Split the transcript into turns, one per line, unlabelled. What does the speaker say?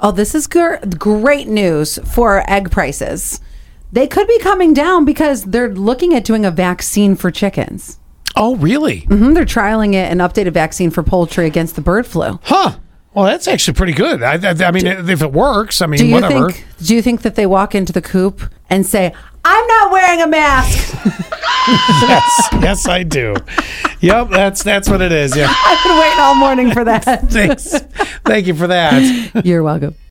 Oh, this is gr- great news for egg prices. They could be coming down because they're looking at doing a vaccine for chickens.
Oh, really?
hmm they're trialing it, an updated vaccine for poultry against the bird flu.
Huh. Well, that's actually pretty good. I, I, I mean, if it works, I mean,
Do you
whatever.
think? Do you think that they walk into the coop and say, "I'm not wearing a mask.
yes, yes, I do. Yep, that's that's what it is. Yeah,
I've been waiting all morning for that."
thanks. Thank you for that.
You're welcome.